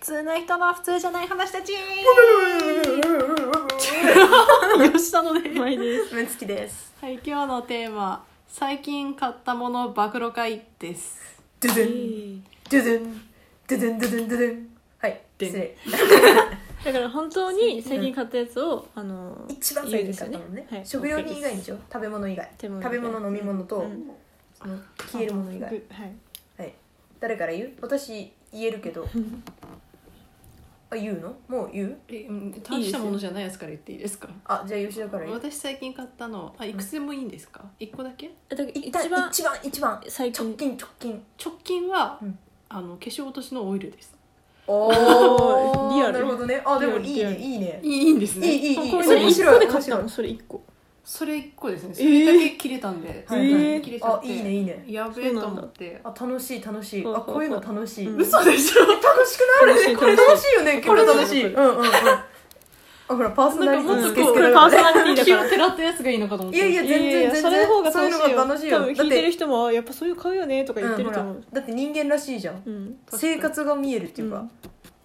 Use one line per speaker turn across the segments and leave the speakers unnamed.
通な人の普通じゃない話たち 吉田のね
前です
ムンツキです
はい今日のテーマ最近買ったもの暴露会です
ドゥドゥンドゥドゥンドゥドゥンドゥドゥンドゥドゥンはい
でん
失 礼
だから本当に最近買ったやつを、あの
一番最近買ったもんね
言うんですよ
食料品以外
はい
でしょ食べ物以外
食べ物以
食
外
べ物飲み物と、
うん
その消えるもの以外
ぐはい
はい誰から言う私言えるけどあ言うのもう言う
え大したものじゃないやつから言っていいですか
あじゃあ吉田から言う
私最近買ったのあいくつでもいいんですか一個だけ
えだから
一旦
一番
一番一番
最
直
近
近直近
直近は、
うん
あの化粧落としのオイルです
お
ーリアル
なるほどねあでも
リアル
いい
リア
ね
ル
いいね
いいいいんです
い
ね
いいいいい
こ
そ
れ
れ面
一
白
個
い
で
面
買った
白い
のそれ一個
それ一個ですね
え
そ
ー
れだけ切れたんで、
は
え
い
ー
切れちゃ
あ
って
いいねいいね
やべえと思って
あ楽しい楽しい
ほう
あ
ほうほう
こういうの楽しい
うん
楽し
嘘でしょ
くない
楽しい
これ楽しいよね
これ楽しい
うんうんうんあほらパーソナリティ
なんかもっと
つけ
こ
つ
う
け
れ
だ
パ
か
ーソ
らね
ナリティ
気
だ
を
から
てらったやつがいいのかと思っ
いや
て
いや全
いやいや
然全然
それの方が楽しいよ
そういうのが楽しいよ
多分
だっ
聞いてる
て
人もやっぱそういう買うよねとか言って
うんほ
ると
ら
思う、
だって人間らしいじゃん
うん
生活が見えるっていう
う
か
ん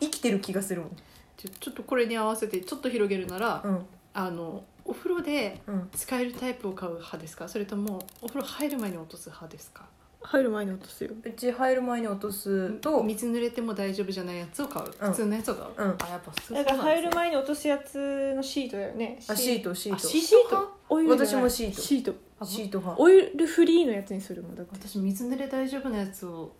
生きてる気がするもん
ちょちょっとこれに合わせてちょっと広げるなら、
うん
あのお風呂で
うん
使えるタイプを買う派ですかそれともお風呂入る前に落とす派ですか
入る前に落とすよ
うち入る前に落とすとうん
水濡れても大丈夫じゃないやつを買う、
うん
普通のやつを買う、
うん
あやっぱそう
だから
そうなんで
入
すね
る前に落とすやつのシートだよね
あシートシー
あシ
ト
シートオイルじゃない
私もシート
シート
あ
シート派
オイルフリーのやつにするもんだって
私水濡れ大丈夫なやつを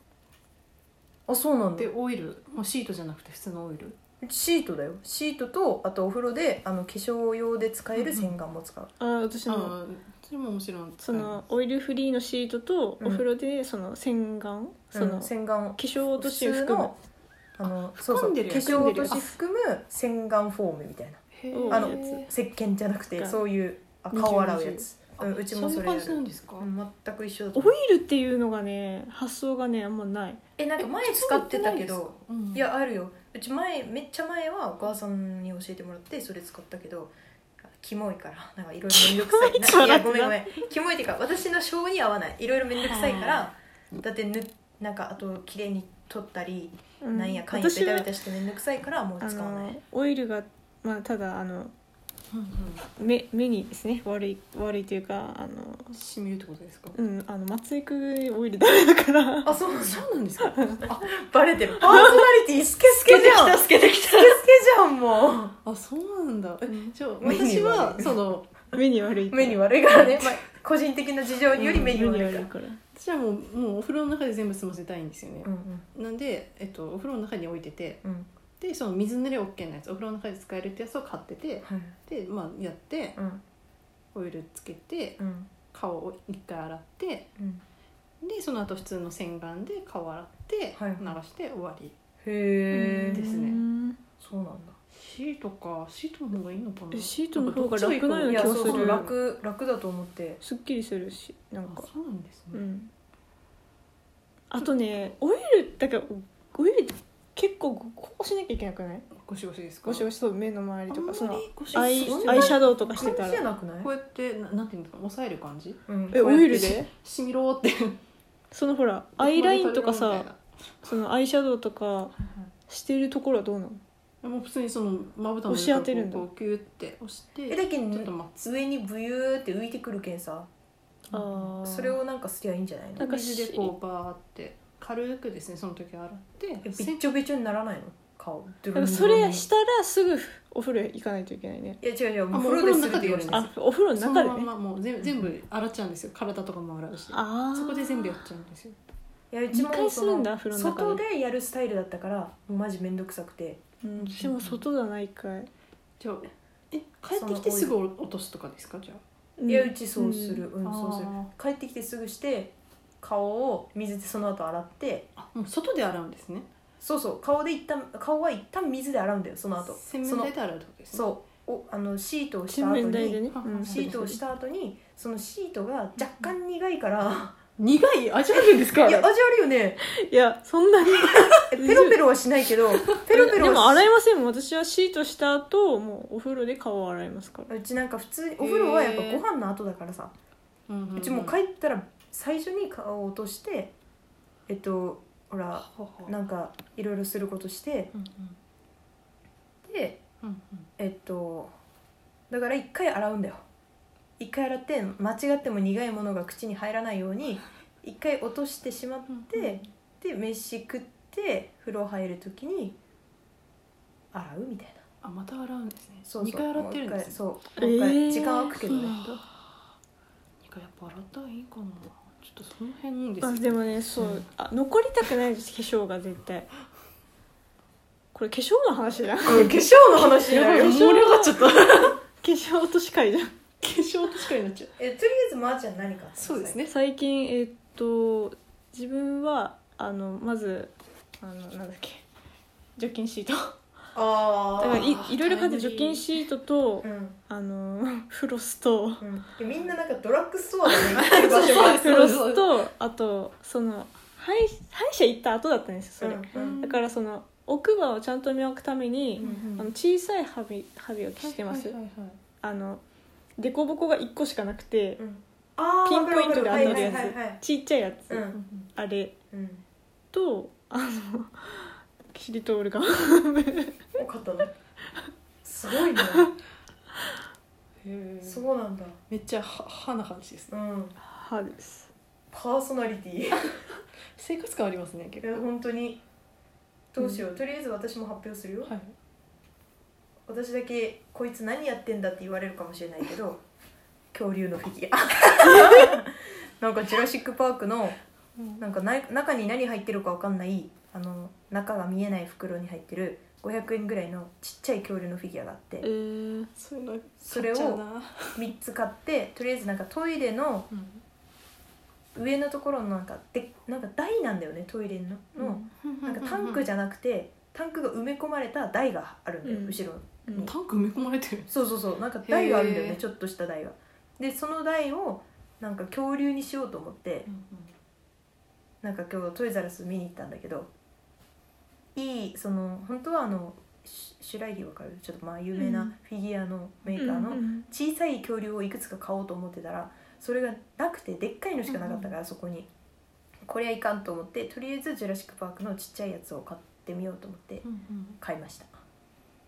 あそうなんだ
でオイルもうシートじゃなくて普通のオイル
うちシートだよシートとあとお風呂であの化粧用で使える洗顔も使う、
あー私
あ
も
ーそれも面白い
そのオイルフリーのシートと
うん
お風呂でその洗顔そ
うん
の化
洗顔
粧落としを
普通
含む
のあのそうそ
含
うん化
でるやつ
粧落とし含む洗顔フォームみたいな
うん
あの
へー
石鹸じゃなくて
が
そういうあ顔洗うやつ、
あ
うん、うちもそ
ん
れ
な
や
感じな
る
んですか、
うん全く一緒だと
オ
思う
イルっていうのがね発想がねあんまない
えなんか前使ってたけど、
うん
いやあるようち前めっちゃ前はお母さんに教えてもらってそれ使ったけどキモいからなんかいろいろ面倒く
キモ
さい
い
ないや
から
ごめんごめんキモいっていうか私の性に合わないいろいろ面倒くさいからだってぬなんかあと綺麗に取ったり、
うん
なんやかんやベ
私
タベ
は
タして面倒くさいからもう
あ
使わない
のオイルがまあただあの
うんうん
目目にですね悪い悪いというかあの
染みるってことですか
うんあの松井くんオイルダメだから
あそうそう
そうなんですか
バレてるパーソナリティスケスケじゃんスケ
透けてき
スケじゃんも
あそうなんだ え
うん
じゃあ
目に
私は
悪い
その
た目に悪いうから
目に悪いからね、まあ、個人的な事情により目に悪いから、
うんから
私はもうもうお風呂の中で全部済ませたいんですよね
う、ん
なんで、えっと、お風呂の中に置いてて
うんうん
でその水濡れ OK なやつお風呂の中で使えるってやつを買ってて
はい
で、まあ、やって
うん
オイルつけて
うん
顔を一回洗って
うん
でその後普通の洗顔で顔洗って
はい
流して終わり、
へえ
ですね
うん
そうなんだ
シートかシートの方がいいのか
え
な
シートの方が楽なよう
い
な
や
気が
そう
す
そう
る
楽楽だと思って
すっきりするしなん
あ
か
そうなんです
う
ね、
んあとねオイルだけどオイルって結構こうしなきゃいけなくない
ゴシゴシですか
ゴシゴ
シ
シそう目の周りとかその
ゴシゴ
アイ
シ
そんな
アイシャドウとかして
感
た
じじゃ
ら
なくない
こうやってななんていうんですか抑える感じ
うん
え
こ
オ
うやって
イルで
しみろーって
そのほらアイラインとか
みたい
さ
な
そのアイシャドウとかしてるところはどうなの
もう普通にそのまぶたの
押し当てるんだ
こうキューって押して
えだけ
ちょっと
ど
待って
上にブユーって浮いてくるけんさ
あー
それをなんかすりゃいいんじゃない
なん
の
か
水でこうバーって軽くですねその時洗って
えびっちょびちょにならないの顔
だからそれしたらすぐお風呂へ行かないといけないね
いや違う違う
あ
お風呂でするって言われ
もうお風呂の中で
て
やるんだ
る
あお風呂の中
その
で
まん
ね
まもう全全部洗っちゃうんですよ体とかも洗うし
ああ
そこで全部やっちゃうんですよ
いやうち
二回
も
す
そ
るんだ
の
風呂の中
外
で
でやるスタイルだったからマジめんどくさくて
うん私も外だな一回
じゃあえ帰ってきてすぐ落とすとかですかじゃ
いやうちそうするうん
あ
そうする
あ
帰ってきてすぐして顔を水でその後洗って
ああもう外で洗うんですね
そうそう顔で一旦顔は一旦水で洗うんだよその後
洗
そ
面
の
台で洗うってことですね
そうおあのシートをした
洗
後
面台で
に
ね
あ
うん
シートをした後にそのシートが若干苦いから
苦い味あるんですか
いや味あるよね
いやそんなに
えペロペロはしないけどペロペ
で
ロ
も
は
洗いませんもん私はシートした後もうお風呂で顔を洗いますから
うちなんか普通にお風呂はやっぱご飯の後だからさ
うんうんうん
うちもう帰ったら最初に顔を落としてえっとほら
ほほ
なんかいろいろすることして
うん
で
うんうん
えっとだから一回洗うんだよ一回洗って間違っても苦いものが口に入らないように一回落としてしまっ
うん
てで飯食って風呂入る時に洗うみたいな
あまた洗うんですね
そうそう
2回洗ってるんですね
もう一回そうもう一回、
えー
時間は空くけどね
そう2回やっぱ洗ったらいいかなちょっとその辺です
あ
ね
でもねそう、
うん
あ残りたくないです化粧が絶対これ化粧の話じゃん 化
うん 化粧の話になる
やば
よ
い盛り上がっちゃった化
粧落とし会じゃん
粧確かになっちゃう
えとりあえずまーちゃん何かあったの
そうですね
最近えーっと自分はあのまずあのなんだっけ除菌シート
ああ
だからい
ー
いろいろ買っ
タイム
て
リ
除
ー
菌シートと、
うん
あの フロスと
うんえ、みんななんかドラッグストアで行ってる場 所がある
そう
フロスとあとその歯医歯医者行った後だったんですよそれ、
うんうん
だからその奥歯をちゃんと磨くために、
うん
あの小さい歯み歯磨きしてます、あの凸凹が1個しかなくて、
うんあー
ピンポイントで当たるや
わ
つ、
かわかはいはいはい
ちっちゃいやつ、
うん
あれ
うん
とあのキリトールが
多かったねすご いね
へー
そうなんだ
めっちゃ歯歯な感じですね
うん
歯です
パーソナリティい
生活感ありますね結
や
構
本当にどうしよう、とりあえず私も発表するよ、
はい
私だけこいつ何やってんだって言われるかもしれないけ ど恐竜のフィギュアなんか「ジュラシック・パークの」
うん
なんかな中に何入ってるかわかんないあの中が見えない袋に入ってる500円ぐらいのちっちゃい恐竜のフィギュアがあって
えー、
そういうの
それを
買っちゃうな
3つ買ってとりあえずなんかトイレの上のところのなんかでなんか台なんだよねトイレの、なんかタンクじ
ゃ
ゃなくてタンクが埋め込まれた台があるんだよ、
うん
後ろ
う
に
ん
タンク埋め込まれてる
そうそうそうなんか台があるんだよ
へ
ね
ー
ちょっとした台がでその台をなんか恐竜にしようと思ってなんか今日トイザらス見に行ったんだけどいいその本当はあのシュシュライリーわかるちょっとまあ有名
うん
なフィギュアのメーカーの
うん
小さい恐竜をいくつか買おうと思ってたらそれがなくてでっかいのしかなかったから、そこにこれはいかんと思ってとりあえず「ジュラシック・パーク」のちっちゃいやつを買ってみようと思って買いました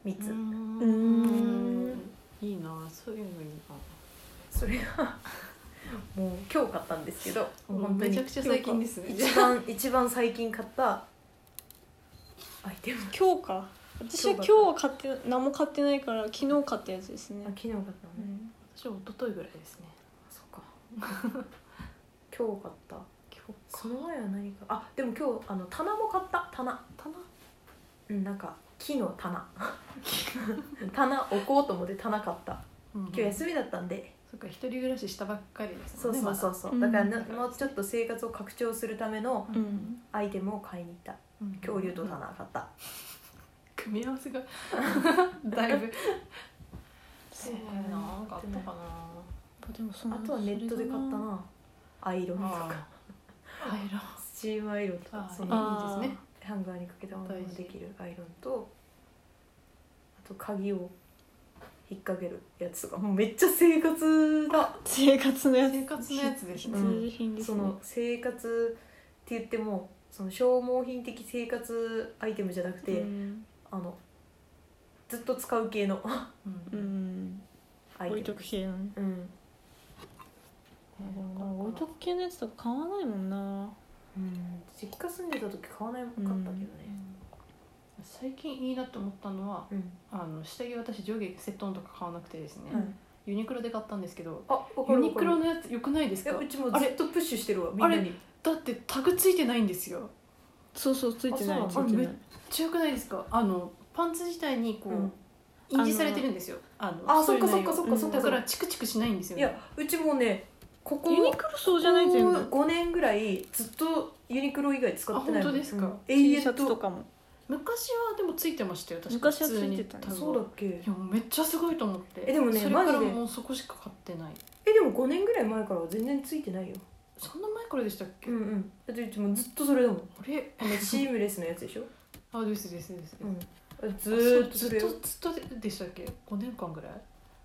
3つ、
うん
う
うん
ん
いいなそういうのいいな
それがもう今日買ったんですけどもう
もう
本当に
めちゃくちゃ最近ですね
一番一番最近買ったアイテム
今日か私は今日は買って何も買ってないから昨日買ったやつです
あ
ね
昨日買ったの
う
ね、
ん
私は一昨日ぐらいですね
そうか今日買った
今日
その前は何かあでも今日あの棚も買った棚
棚
うんなんか木の棚棚置こうと思って棚買った
今
今日休みだったんで、
そっか一人暮らししたばっかりです
そ
もん
う
ね
そうそううそう、
まだ
だからな
うん
もうちょっと生活を拡張するための
うん
アイテムを買いに行った恐竜と棚買った、
組み合 わせがだいぶ
そう
えーなんかあったか
でもそ
あとはネットで買ったなアイロンと
な
か
アイロン
スチームアイロンとか
あ
そ
いい
の
あー
ですね
ハンガーにかけたまま
大事
できるアイロンとあと鍵を引っ掛けるやつとかもうめっちゃ生活が
生活のやつ
生活のやつです
う
ね
ん
必需品です
そ
ね
の生活って言ってもその消耗品的生活アイテムじゃなくて、
うん
あのずっと使う系の
う
うんん
アイ
置い
テ
と
ム
く系のね
うん、
置いとく系のやつとか買わないもんな
うん、実家住んでた時買わないもん買ったけどね、
最近いいなと思ったのは
うん
あの下着私上下セットンとか買わなくてですね
うん
はい
ユニクロで買ったんですけど
あわか
ユ
る
ニ
わか
クロ
る
のやつ良くないです
え
か
うちもずっとプッシュしてるわみん
あ
な
れ
に
だってタグついてないんですよ
そうそうついてな
あ
いつ
そう
いてない
強くないですかあのパンツ自体にこ
うん
う印字されてるんですよあの
あ
そういう
そっかそっ
か
内容
そっかそっか
だからチクチクしないんですよ
い
ね
やうちもねここ
ユニクロそうじゃない全部
ここ5年ぐらいずっとユニクロ以外使ってない
あ本当ですか
うん
T
永
シャ
遠
ツと
と
かも
昔はでもついてましたよ確か
昔はついてたね
普通に
そうだっけ
いやめっちゃすごいと思って
えでもね
それか
マ
ら
ジで
もうそこしか買ってない
えでも5年ぐらい前からは全然ついてないよ
そんな前からでしたっけ、
うんうんだってうちもずっとそれだもん
あれ
あのシームレスのやつでしょ、
あですですです、
うん、ずーっと
ず
そ
っ
れ
と
よ
ずっとでしたっけ5年間ぐらい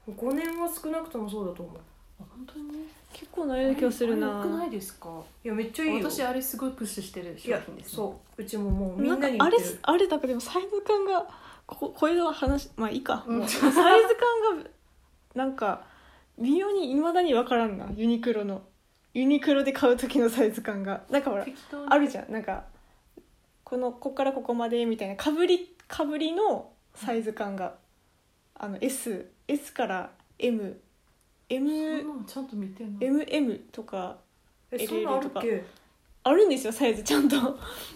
5年は少なくともそうだと思う
本当に
結構悩む気がするな
あれあれ良くないですか
いやめっちゃいいよ
私あれすごいプッシュしてる
い
商
や
品ですね
そううちももうみ
なんんか
なに言
あ
っ
れ
てる
あれだかでもサイズ感がここれの話まあいいか、
うん
もうサイズ感がなんか微妙にいまだに分からんなユニクロのユニクロで買う時のサイズ感がなんかほら
適当に
あるじゃんなんかこのこっからここまでみたいなかぶりかぶりのサイズ感があの SS から MMMM
そんなのちゃんと見てない
とか
えそんなんあるっけ
あるんですよサイズちゃんと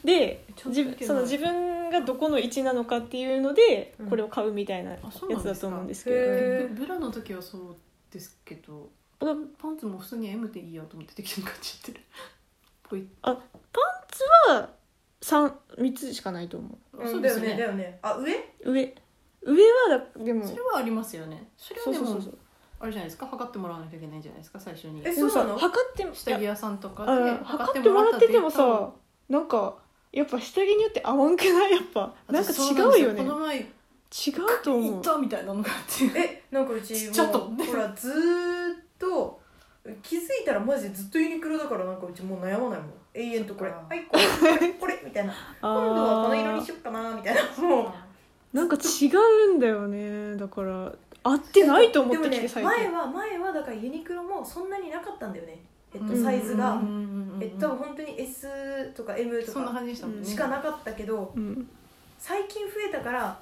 で
ちょっと
自
だけな
分
い
その自分がどこの位置なのかっていうので
うん
これを買うみたいなや
あそうなん
つ
で
だ
すか
と思うんですけ
へ
ど
ー
ブブラの時はそうですけど
あの
パンツも普通に M でいいやと思って適当に買っちゃってるぽい
は 3, 3つしかないと思
うんだよねだよねあ上
う上上はだでも
それはありますよねそれは
そう
で
そうそ
も
うそう
あれじゃないですか測ってもらわなきゃいけないんじゃないですか最初に
え
でも
そう
さ
なの
測っても
下着屋さんとか
あ
で
ー測ってもらってても
測っ
さなんかやっぱ下着によって合わんくないやっぱ
ても
な
らっ
ん
た
か
データを
違うよね
私そうなんです
違うと
この前行
思
っ
う
たみたいなのがあって
えなんかうち
ちっちゃっと
もうほらずーっと気づいたらマジでずっとユニクロだからなんかうちもう悩まないもん永遠とこれ
そっか
はいこれこれこれみたいな今度はこの色にし
あ
よっかなみたいなもう
ーなんか違うんだよねだから合ってないと思ってきて
で
最
もね
近
前は前はだからユニクロもそんなになかったんだよねえっ
う
と
ん
サイズが
うんうんうんうん
えっと本当に S とか M と
そんな
か
感じでしたもんね
しかなかったけど
うん
最近増えたから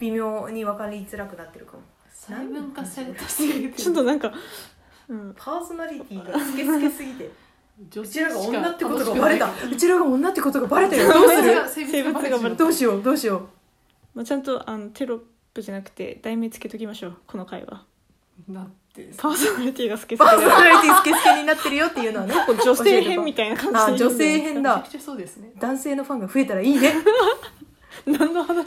微妙に分かりづらくなってるかも
細分化されたせいで
ちょっとなんか、うん、
パーソナリティがスケスケすぎて
女
う
性
ち
し
ら
か
が女ってことがバレた
楽しくないう
ちらが女ってことがバレたよどうする
性別がバレ
性
てしま
別がバ
う
レ
どうしようどうしよう
まあ、ちゃんとあのテロップじゃなくて題名つけときましょうこの回は
なって
パーソナリティが好き
パー
そ
ソナリティスケスケになってるよっていうのはね
女性編みたいな感じ
あ女性編
めちゃ
だ
くちゃそうですね
男性のファンが増えたらいいね
何の話